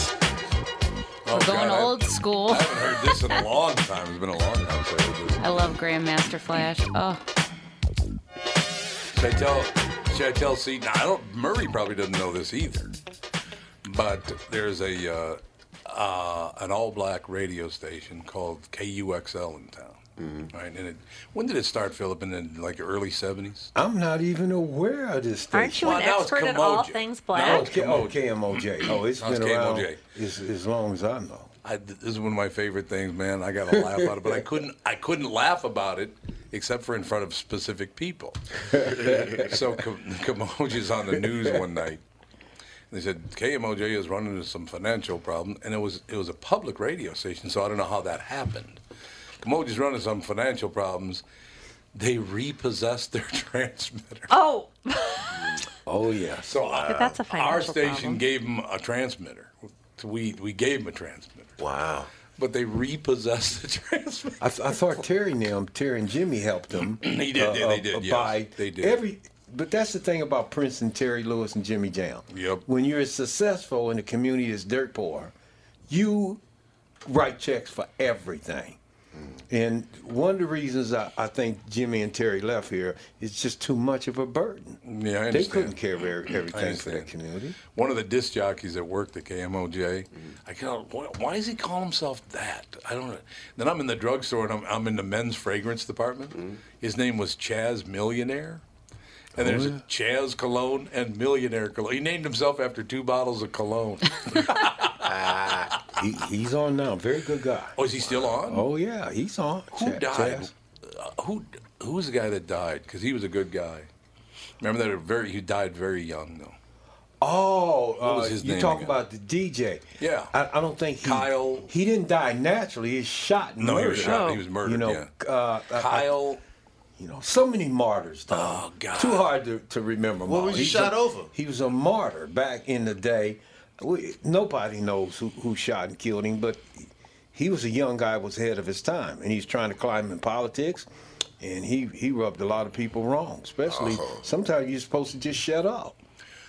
S9: We're
S8: Oh, God,
S9: going
S8: I-
S9: old school.
S8: I haven't heard this in a long time. It's been a long time since I heard this.
S9: I love Grandmaster Flash. Oh,
S8: Should I tell? Should I tell Seton? I don't. Murray probably doesn't know this either. But there's a uh, uh, an all black radio station called KUXL in town. Right, and it, when did it start, Philip? In the, like early '70s.
S4: I'm not even aware of this. Station.
S8: Aren't you an Well, now it's expert at all Cambodia. things black? Now it's
S4: Okay, oh, KMOJ. Oh, it's
S8: Now it's
S4: been around
S8: KMOJ.
S4: as, as long as I know.
S8: I, th- this is one of my favorite things, man. I got to laugh out of it, but I couldn't. I couldn't laugh about it except for in front of specific people. so Kam- Kamoji's on the news one night,
S2: They said KMOJ is running into some financial problem, and it was it was a public radio station, so I don't know how that happened. KMOJ's running some financial problems. They repossessed their (laughs) transmitter.
S1: Oh,
S2: Oh yeah. So uh,
S1: that's a
S2: our
S1: financial
S2: station
S1: problem.
S2: gave them a transmitter. We we gave them a transmitter. Wow. But
S4: (laughs)
S2: they repossessed the transmitter.
S4: I, I thought Terry and them, Terry and Jimmy helped them.
S2: (clears throat) They did, they- they did, yes.
S4: By
S2: They did.
S4: Every, but that's the thing about Princeton, Terry Lewis, and Jimmy Jam. Yep. When you're as successful and the community is dirt poor, you write checks for everything.
S2: Mm.
S4: And one of the reasons I, I think Jimmy and Terry left here is just too much of a burden.
S2: Yeah, I
S4: They
S2: understand.
S4: couldn't carry
S2: I
S4: everything for that
S2: understand.
S4: community.
S2: One of the disc jockeys that worked at KMOJ,
S4: Mm-hmm.
S2: I go, why, why does he call himself that? I don't know. Then I'm in the drugstore and I'm, I'm in the men's fragrance department. His name was Chaz Millionaire.
S4: Mm-hmm.
S2: And
S4: Oh,
S2: there's
S4: yeah.
S2: a Chaz Cologne and Millionaire Cologne. He named himself after two bottles
S4: (laughs)
S2: of cologne.
S4: He, he's on now. Very good guy.
S2: Oh, is he still on?
S4: Oh, yeah, he's on.
S2: Who
S4: Ch-
S2: died?
S4: Chaz.
S2: Uh, who who was the guy that died? Because he was a good guy. Remember that very he died very young though.
S4: Oh,
S2: What was
S4: uh,
S2: his
S4: you
S2: name
S4: talk
S2: again?
S4: about the DJ.
S2: Yeah.
S4: I, I don't think he, Kyle. He didn't die naturally. He was shot. And
S2: No, he
S4: murdered.
S2: was shot. He was murdered,
S4: You know,
S2: yeah.
S4: uh, I- I-
S2: Kyle.
S4: you know, so many martyrs. Oh
S2: God.
S4: Too hard to, to remember.
S3: What
S4: them
S3: was
S4: all.
S3: he
S4: He's
S3: shot
S4: a-
S3: over?
S4: He was a martyr back in the day. We, nobody knows who, who shot and killed him, but he was a young guy, was ahead of his time, and he's trying to climb in politics. And he, he rubbed a lot of people wrong, especially
S3: Oh.
S4: sometimes you're supposed to just shut up.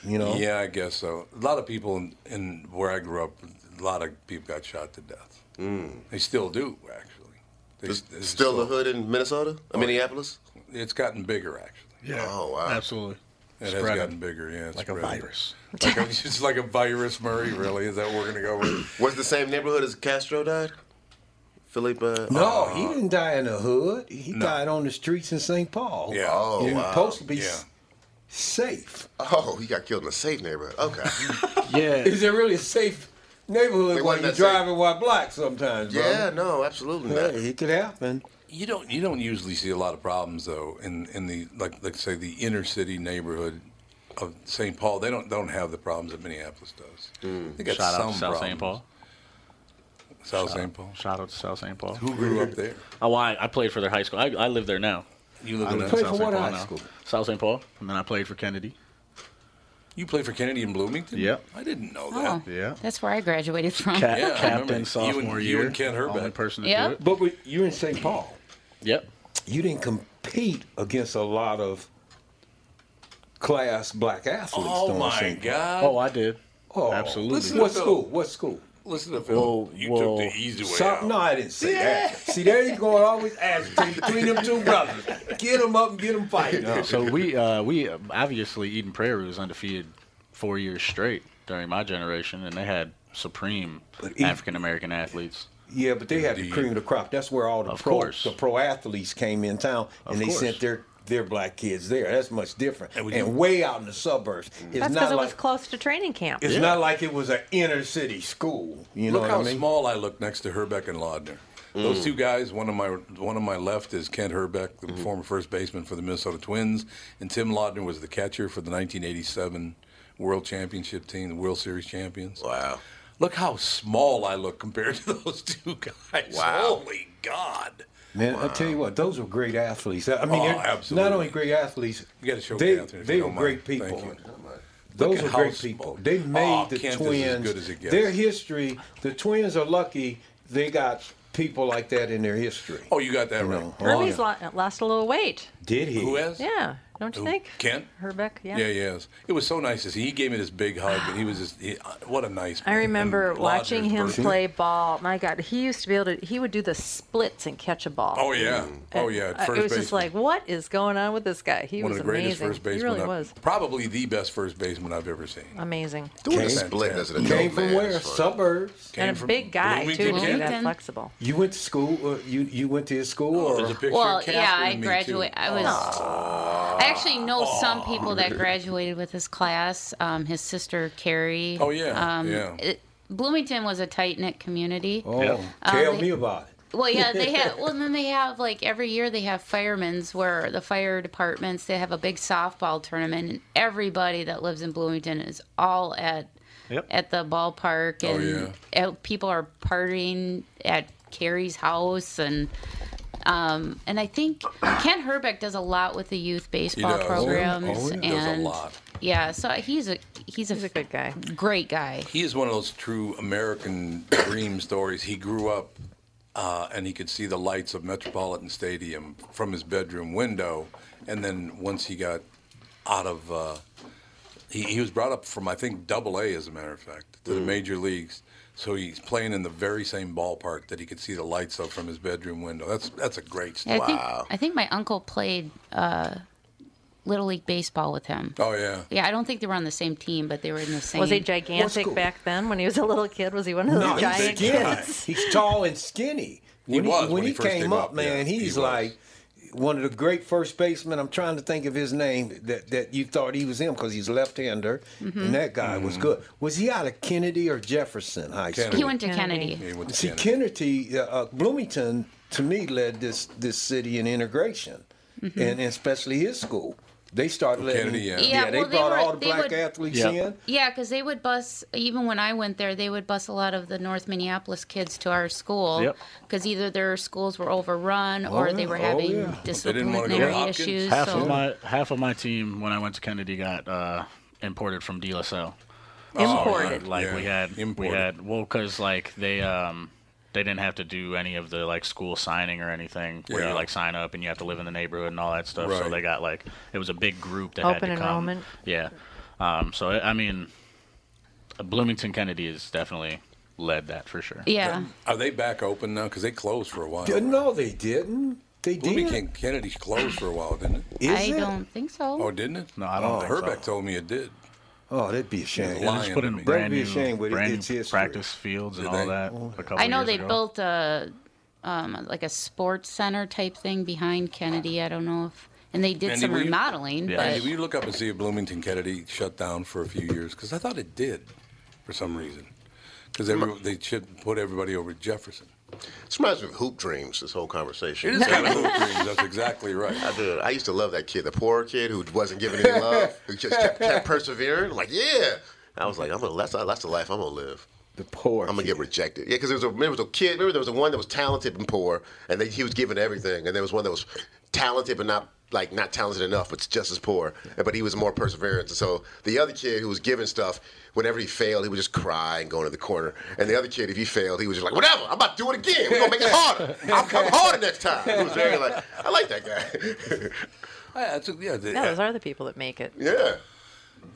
S4: You know?
S2: Yeah, I guess so. A lot of people in, in where I grew up, a lot of people got shot to death. Mm. They still do actually. They,
S3: There's
S2: they
S3: still the hood in Minnesota, Uh, Minneapolis.
S2: It's gotten bigger actually.
S3: Yeah. Oh wow.
S6: Absolutely.
S2: It has
S6: Spreading.
S2: gotten bigger, yeah. it's
S6: Like a
S2: spreading.
S6: virus.
S2: (laughs) Like a, it's like a virus, Murray. Really, is that what we're gonna go with?
S3: Was the same neighborhood as Castro died? Philippe. Uh,
S4: No, he didn't die in the hood. He
S3: No.
S4: died on the streets in St. Paul.
S3: Yeah. Oh,
S4: He was
S3: wow.
S4: supposed to be
S3: Yeah.
S4: s- safe.
S3: Oh, he got killed in a safe neighborhood. Okay.
S4: Yeah. (laughs) Is there really a safe neighborhood
S3: It
S4: while
S3: wasn't
S4: you're
S3: that safe.
S4: driving while black sometimes?
S3: yeah.
S4: brother?
S3: No, absolutely not.
S4: Hey, it could happen.
S2: You don't you don't usually see a lot of problems though in, in the like like say the inner city neighborhood of St. Paul. They don't don't have the problems that Minneapolis does. They got
S6: Shout out
S2: some
S6: to South St.
S2: problems.
S6: Paul.
S2: Mm. South
S6: Shout
S2: St.
S6: out-
S2: Paul.
S6: Shout out to South St. Paul.
S2: Who grew up there?
S6: (laughs) Oh, I, I played for their high school. I, I live there now.
S2: You live
S6: I
S2: in
S6: in South
S2: that- Played for
S6: St.
S2: what
S6: Paul
S2: high
S6: now.
S2: school?
S6: South St. Paul, and then I played for Kennedy.
S2: You played for Kennedy in Bloomington?
S6: Yep.
S2: I didn't know that.
S9: Oh,
S6: Yeah.
S9: That's where I graduated from.
S6: Cap-
S2: Yeah, I remember. You
S6: captain
S2: and-
S6: sophomore
S2: you
S6: year.
S2: and Ken Herbeck.
S6: Only person to
S9: Yeah.
S6: do it.
S4: But we, you're in St. Paul.
S6: Yep.
S4: You didn't compete against a lot of class black athletes.
S2: Oh,
S4: though, in
S2: my
S4: St. Paul.
S2: God.
S6: Oh, I did.
S4: Oh,
S6: Absolutely.
S2: Listen to
S4: What
S2: Phil.
S4: school? What school?
S2: Listen to Phil. you took the easy way
S4: So-
S2: out.
S4: No, I didn't say that. See, there you go. Always asking between them two brothers. Get them up and get them fighting.
S6: No, so we uh, we uh, obviously Eden Prairie was undefeated four years straight during my generation, and they had supreme African American athletes.
S4: e- Yeah, but they had the cream of the crop. That's where all the
S6: Of
S4: pro
S6: course.
S4: the pro athletes came in town, and
S6: Of
S4: they
S6: course.
S4: sent their their black kids there. That's much different. And,
S6: we do-
S4: way out in the suburbs, it's
S1: that's because
S4: not
S1: it
S4: like
S1: was close to training camp.
S4: it's not like it was an inner city school. You know
S2: look
S4: what
S2: how
S4: I mean?
S2: small I look next to Herbeck and Laudner. Those
S4: Mm.
S2: two guys, one on my one on my left is Kent Herbeck, the
S6: Mm-hmm.
S2: former first baseman for the Minnesota Twins, and Tim Laudner was the catcher for the 1987 World Championship team, the World Series champions.
S3: Wow.
S2: Look how small I look compared to (laughs) those two guys.
S3: Wow.
S2: Holy God.
S4: Man, I tell you what, those were great athletes. I mean,
S2: Oh,
S4: they're
S2: absolutely.
S4: not only great athletes,
S2: You got to show
S4: they,
S2: Catherine if
S4: they
S2: you
S4: were
S2: don't
S4: great
S2: mind.
S4: people.
S2: Thank you. Look
S4: Those
S2: at
S4: were
S2: how
S4: great
S2: small-
S4: people. They made
S2: Oh,
S4: the
S2: Kent is as
S4: twins.
S2: good as it gets.
S4: Their history, the twins are lucky they got people like that in their history.
S2: Oh, you got that right.
S1: Herbie's lo- lost a little weight.
S4: Did he?
S2: Who has?
S1: Yeah, don't you
S2: Who?
S1: think?
S2: Kent?
S1: Herbeck, yeah.
S2: Yeah, yes. It was so nice to see. He gave me this big hug,
S1: (gasps)
S2: and he was just he, uh, what a nice.
S1: I
S2: man.
S1: remember
S2: And
S1: watching
S2: Lodner's
S1: him
S2: birthday.
S1: play ball. My God, he used to be able to. He would do the splits and catch a ball.
S2: Oh yeah,
S4: Mm.
S2: oh yeah. at
S1: Uh,
S2: First
S1: it was
S2: baseman.
S1: just like, what is going on with this guy? He
S2: one
S1: was
S2: of the greatest
S1: amazing.
S2: first basemen.
S1: he really
S2: I've-
S1: was
S2: Probably the best first baseman I've ever seen.
S1: amazing.
S3: Doing a split as an
S4: Came
S3: adult
S4: from
S3: man.
S4: where?
S3: is funny.
S4: Suburbs.
S1: And a big guy too.
S2: Bloomington,
S1: to be that
S9: Kent?
S1: flexible.
S4: You went to school. Uh, you you went to his school. or?
S9: Oh,
S2: there's a picture
S9: Well, yeah, I graduated. I was. I actually know some people that graduated with his class. Um, his sister Carrie. um,
S4: Oh, yeah, yeah.
S9: it- Bloomington was a tight knit community.
S4: Oh,
S9: Um,
S4: tell
S9: they-
S4: me about it.
S9: Well, yeah, they
S4: (laughs)
S9: have. Well, then they have like every year they have firemen's where the fire departments they have a big softball tournament, and everybody that lives in Bloomington is all at
S10: Yep.
S9: at the ballpark,
S10: Oh,
S9: and uh, people are partying at Carrie's house, and um, and I think Ken Herbeck does a lot with the youth baseball
S2: does.
S9: programs,
S2: Oh, he
S9: and
S2: does a lot.
S9: yeah, so he's a he's a, good guy, great guy.
S2: He is one of those true American (clears throat) dream stories. He grew up uh, and he could see the lights of Metropolitan Stadium from his bedroom window. And then once he got out of, uh, he, he was brought up from, I think, double A, as a matter of fact, to
S9: Mm-hmm.
S2: the major leagues. So he's playing in the very same ballpark that he could see the lights of from his bedroom window. That's that's a great
S9: I
S2: story.
S9: think I think my uncle played uh, little league baseball with him.
S2: Oh, yeah.
S9: Yeah, I don't think they were on the same team, but they were in the same.
S1: Was he gigantic back then when he was a little kid? Was he one of those
S4: No, he's
S1: giant
S4: skinny.
S1: kids? (laughs)
S4: He's tall and skinny.
S2: He
S4: When he,
S2: was
S4: when
S2: when
S4: he
S2: he first
S4: came
S2: came
S4: up,
S2: up,
S4: man,
S2: yeah, he
S4: he's
S2: was.
S4: like one of the great first basemen. I'm trying to think of his name that, that you thought he was him because he's left-hander,
S9: Mhm.
S4: and that guy was good. Was he out of Kennedy or Jefferson High School?
S9: He went to Kennedy. Kennedy.
S4: See, Kennedy, uh, uh, Bloomington, to me, led this this city in integration,
S9: Mhm.
S4: and, and especially his school. They started letting,
S2: Kennedy, yeah.
S9: Yeah,
S4: they
S9: well, they
S4: brought
S9: were-
S4: all the
S9: they
S4: black
S9: would-
S4: athletes
S9: Yeah.
S4: in.
S9: Yeah, because they would bus. Even when I went there, they would bus a lot of the North Minneapolis kids to our school
S6: Yep.
S9: because either their schools were overrun or
S6: Oh,
S9: they were
S6: yeah. Oh,
S9: having
S6: yeah.
S9: disciplinary issues.
S6: Half
S9: so.
S6: of my half of my team when I went to Kennedy got uh, imported from De La Salle.
S8: Imported.
S6: So, like we
S8: Yeah,
S6: had, we had. Well, because like they um they didn't have to do any of the like school signing or anything where
S8: Yeah.
S6: you like sign up and you have to live in the neighborhood and all that stuff. So
S8: Right.
S6: they got like it was a big group that
S8: Open
S6: had to come.
S8: enrollment.
S6: Yeah. Um. So I I mean, Bloomington Kennedy has definitely led that for sure.
S9: Yeah.
S2: Are they back open now? Because they closed for a while.
S6: Yeah,
S4: no, they didn't. They
S2: did. King Kennedy closed for a while, didn't it?
S9: I don't think so.
S2: Oh, didn't it? No,
S6: I don't think
S2: Herbeck
S6: so.
S2: told me it did.
S4: Oh, that'd be a
S6: They
S4: shame.
S6: just put in brand new, brand new practice fields and
S4: Did
S6: all
S4: they?
S6: that.
S3: Mm-hmm.
S6: A couple
S9: I know
S6: years
S9: they
S6: ago.
S9: built a um, like a sports center type thing behind Kennedy. I don't know if and they did
S2: Andy,
S9: some
S2: will you-
S9: remodeling,
S2: Andy,
S9: but
S2: will you look up and see if Bloomington Kennedy shut down for a few years? Because I thought it did for some reason. Because they should put everybody over Jefferson.
S3: This reminds me of hoop dreams. This whole conversation.
S2: It is
S3: (laughs)
S2: kind of hoop dreams. That's exactly
S6: (laughs)
S2: right.
S3: I did. I used to love that kid, the poor kid who wasn't given any love, who just kept, kept persevering. I'm like, yeah. I was like, I'm gonna. That's, that's the life I'm gonna live.
S4: The poor.
S3: I'm gonna get rejected. Yeah, because there was a remember there was a kid. Remember there was a one that was talented and poor, and they, he was given everything. And there was one that was talented but not like not talented enough, but just as poor. and- But he was more perseverance. And so the other kid who was given stuff, whenever he failed, he would just cry and go into the corner. And the other kid, if he failed, he was just like, whatever. I'm about to do it again. We're gonna make it harder. I'll (laughs) come harder next time. It was very like I like that guy. (laughs)
S2: Yeah, it's- yeah, they-
S1: No, those are the people that make it.
S3: yeah.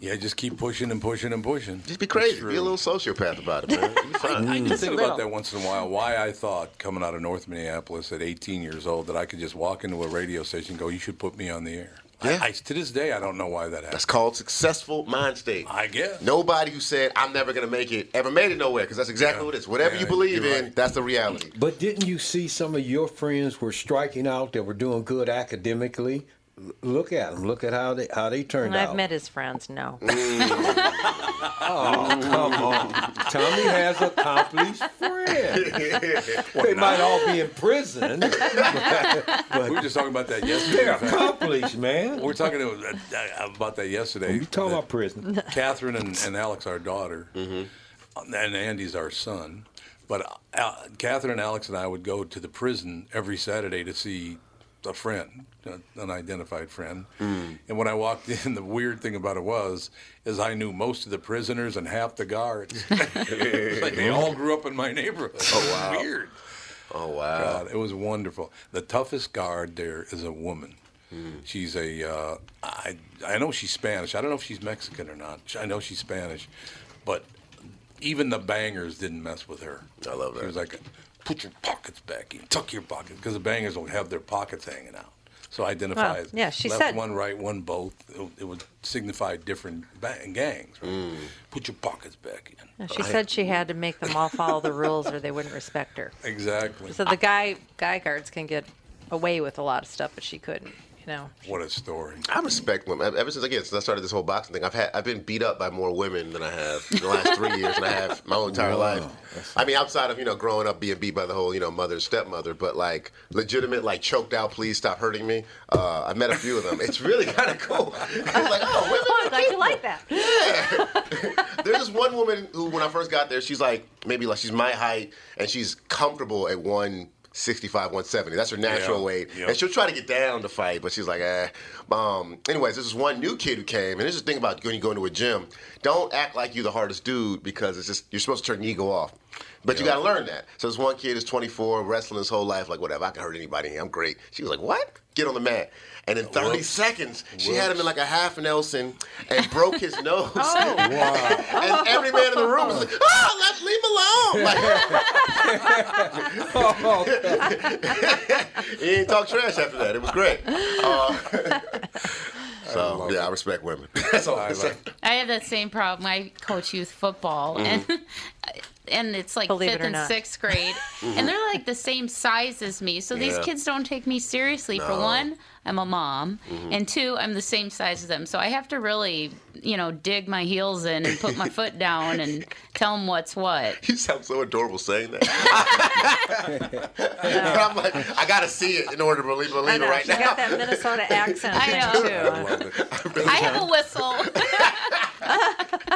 S2: Yeah, just keep pushing and pushing and pushing.
S3: Just be crazy. Be a little sociopath about it, man. You'll be fine.
S2: I think about that once in a while. Why I thought coming out of North Minneapolis at 18 years old that I could just walk into a radio station and go, "You should put me on the air." Yeah. I, to this day, I don't know why that happened.
S3: That's called successful mind state.
S2: I guess.
S3: Nobody who said I'm never gonna make it ever made it nowhere because that's exactly what it is. Whatever
S4: Yeah,
S3: you believe
S4: you're
S3: in, that's
S4: (laughs)
S3: the reality.
S4: But didn't you see some of your friends were striking out that were doing good academically? L- Look at them. Look at how they how they turned
S1: And I've
S4: out.
S1: met his friends. No.
S2: Mm.
S4: Oh, come on. Tommy has accomplished friends. (laughs) they might all be in prison.
S2: we were just talking about that yesterday.
S4: They're accomplished, man.
S2: We're talking to- uh, about that yesterday.
S4: Oh, You talking about prison?
S2: Catherine and, and Alex, our daughter, and Andy's our son. But uh, Catherine, Alex, and I would go to the prison every Saturday to see a friend, an unidentified friend. And when I walked in, the weird thing about it was, is I knew most of the prisoners and half the guards. (laughs) It's like they all grew up in my neighborhood. Oh wow! Weird.
S3: Oh wow!
S2: God, it was wonderful. The toughest guard there is a woman. She's a. Uh, I I know she's Spanish. I don't know if she's Mexican or not. I know she's Spanish, but even the bangers didn't mess with her. I love that. She was like, "Put your pockets back in. Tuck your pockets," because the bangers will have their pockets hanging out. So identify
S1: Well,
S2: as
S1: yeah, she
S2: left
S1: said-
S2: one, right one, both. It, it would signify different bang, gangs. Right? Put your pockets back in.
S1: (laughs) No, She
S2: I-
S1: said she had to make them all follow the rules or they wouldn't respect her.
S2: exactly.
S1: So the guy guy guards can get away with a lot of stuff, but she couldn't. you know.
S8: What a
S1: (laughs)
S8: story.
S3: I respect women. Ever since again, since I started this whole boxing thing, I've had I've been beat up by more women than I have in
S4: (laughs)
S3: the last three years than I have my whole entire
S4: Wow.
S3: life. I mean, outside of you know growing up being beat by the whole you know mother stepmother, but like legitimate like choked out, please stop hurting me. Uh, I met a few of them. It's really (laughs) kind of cool. oh,
S1: Oh, I'm glad you like that.
S3: There's this one woman who, when I first got there, she's like maybe like she's my height and she's comfortable at 165, 170. That's her natural
S8: Yeah,
S3: weight,
S8: yeah.
S3: and she'll try to get down to fight, but she's like, eh. Um, anyways, this is one new kid who came, and this is the thing about when you go into a gym, don't act like you're the hardest dude because it's just you're supposed to turn your ego off. But you
S8: Yeah.
S3: gotta learn that. So this one kid is 24, wrestling his whole life, like whatever. I can hurt anybody. I'm great. She was like, "What? Get on the mat!" And in 30
S8: Whoops.
S3: seconds, she had him in
S8: Whoops.
S3: like a half Nelson and broke his nose.
S8: Wow.
S3: and every man in the room (laughs) was like, "Oh, let leave him alone!" Like, (laughs) he ain't talk trash after that. It was great. (laughs) Uh, so yeah, I respect women. (laughs) That's all I like.
S9: I have that same problem. I coach youth football,
S1: Mm.
S9: and (laughs) and it's like
S1: Believe it
S9: fifth
S1: or
S9: and
S1: not. (laughs)
S9: sixth grade, and they're like the same size as me. So these
S1: Yeah.
S9: kids don't take me seriously. For
S1: No.
S9: one, I'm a mom,
S1: Mhm.
S9: and two, I'm the same size as them. So I have to really, you know, dig my heels in and
S1: (laughs)
S9: put my foot down and tell them what's what.
S3: You sound so adorable saying (laughs) that. But I'm like, I gotta see it in order to believe, believe it right
S1: she
S3: now.
S1: got that Minnesota accent. I know.
S9: I have a
S1: (laughs)
S9: whistle. (laughs)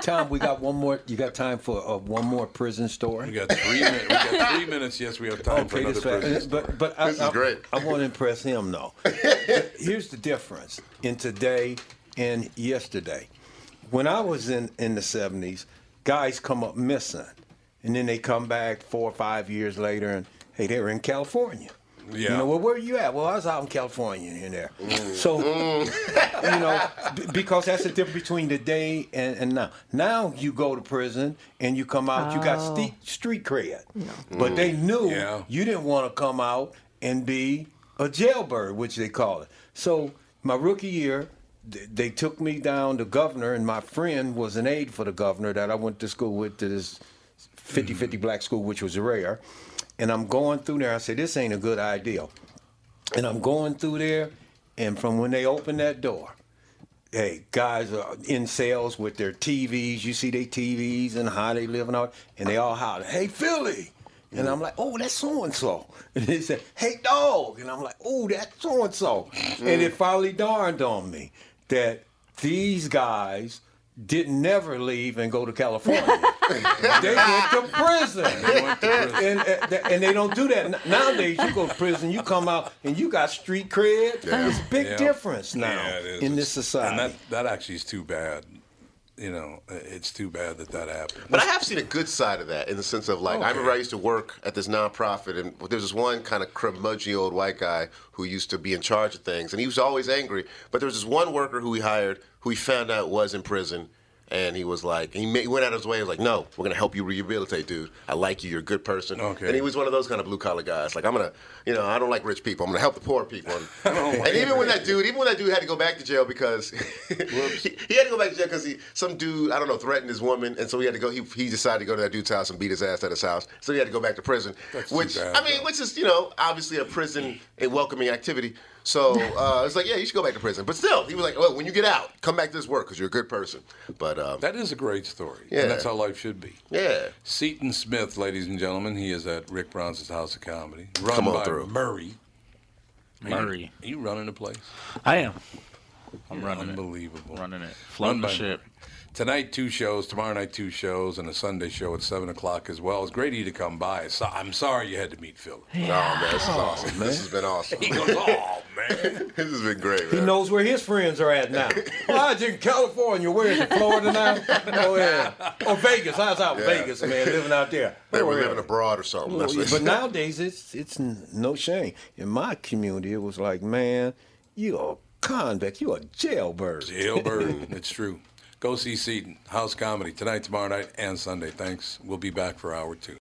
S4: Tom, we got one more. You got time for uh, one more prison story? We
S8: got three minutes. We got three minutes. Yes, we have time for another prison story.
S4: But, but I,
S8: This is
S4: I-
S8: great.
S4: I want to impress him,
S8: (laughs)
S4: though. Here's the difference in today and yesterday. When I was in, in the 70s, guys come up missing, and then they come back four or five years later, and hey, they were in California. You
S8: Yeah.
S4: know, well, where you at? Well, I was out in California in there.
S8: Mm.
S4: So, (laughs) you know, b- because that's the difference between the day and, and now. Now you go to prison and you come out, you got
S8: Oh.
S4: ste street cred. But they
S8: Mm.
S4: knew you didn't want to come out and be a jailbird, which they call it. So my rookie year, th- they took me down to governor, and my friend was an aide for the governor that I went to school with to this 50 50 black school, which was rare. And I'm going through there. I say, this ain't a good idea. And I'm going through there, and from when they opened that door, hey, guys are in sales with their TVs. You see their TVs and how they live and all, and they all holler, "Hey, Philly!" And I'm like, "Oh, that's so and so." (laughs) And they said, "Hey, dog!" And I'm like, "Oh, that's so and so." And it finally dawned on me that these guys didn't never leave and go to California. they went to prison. And, and, and they don't do that. Nowadays, you go to prison, you come out, and you got street cred.
S8: Yeah.
S4: It's a big
S8: Yeah.
S4: difference now
S8: Yeah, it is.
S4: in this
S8: And
S4: society.
S8: that, that actually is too bad. You know, it's too bad that that happened.
S3: But I have seen a good side of that in the sense of like I remember I used to work at this nonprofit and there's this one kind of curmudgeon old white guy who used to be in charge of things and he was always angry. But there was this one worker who he hired who he found out was in prison and he was like he, ma- he went out of his way and was like no we're gonna help you rehabilitate dude I like you you're a good person
S8: Okay.
S3: and he was one of those kind of blue collar guys like I'm gonna you know I don't like rich people I'm gonna help the poor people and, and even when that dude even when that dude had to go back to jail because (laughs) he, he had to go back to jail because he some dude I don't know threatened his woman, and so he had to go. He, he decided to go to that dude's house and beat his ass at his house. So he had to go back to prison,
S8: That's too
S3: which
S8: bad,
S3: I mean, which is you know obviously a prison a welcoming activity. So uh, it's like yeah, you should go back to prison. But still, he was like, well, when you get out, come back to this work because you're a good person. But um,
S8: that is a great story.
S3: Yeah,
S8: And that's how life should be.
S3: Yeah.
S8: Seton Smith, ladies and gentlemen, he is at Rick Browns' House of Comedy. Run
S3: Come on
S8: by
S3: through.
S8: Murray.
S6: Murray.
S8: Are you, are you running the place?
S6: I am. I'm
S8: You're
S6: running it.
S8: Unbelievable.
S6: Running it. Floating the
S8: by-
S6: ship.
S8: Tonight, two shows. Tomorrow night, two shows. And a Sunday show at 7 o'clock as well. It's great of you to come by. So, I'm sorry you had to meet Phil.
S3: oh man, this is awesome.
S4: man.
S3: This has been
S8: (laughs)
S3: awesome.
S8: He goes, oh man,
S3: (laughs) this has been great,
S4: He
S3: man.
S4: knows where his friends are at now. well, I was in California. Where is it? Florida now? Oh, yeah. Or Vegas. I was out in
S3: Yeah.
S4: Vegas, man, living out there.
S3: They were
S4: Where
S3: living
S4: is it?
S3: abroad or something. That's what-
S4: But nowadays, it's it's n- no shame. In my community, it was like, man, you a convict. You a jailbird.
S8: Jailbird. it's true. Go see Seton House Comedy tonight, tomorrow night, and Sunday. Thanks. We'll be back for hour two.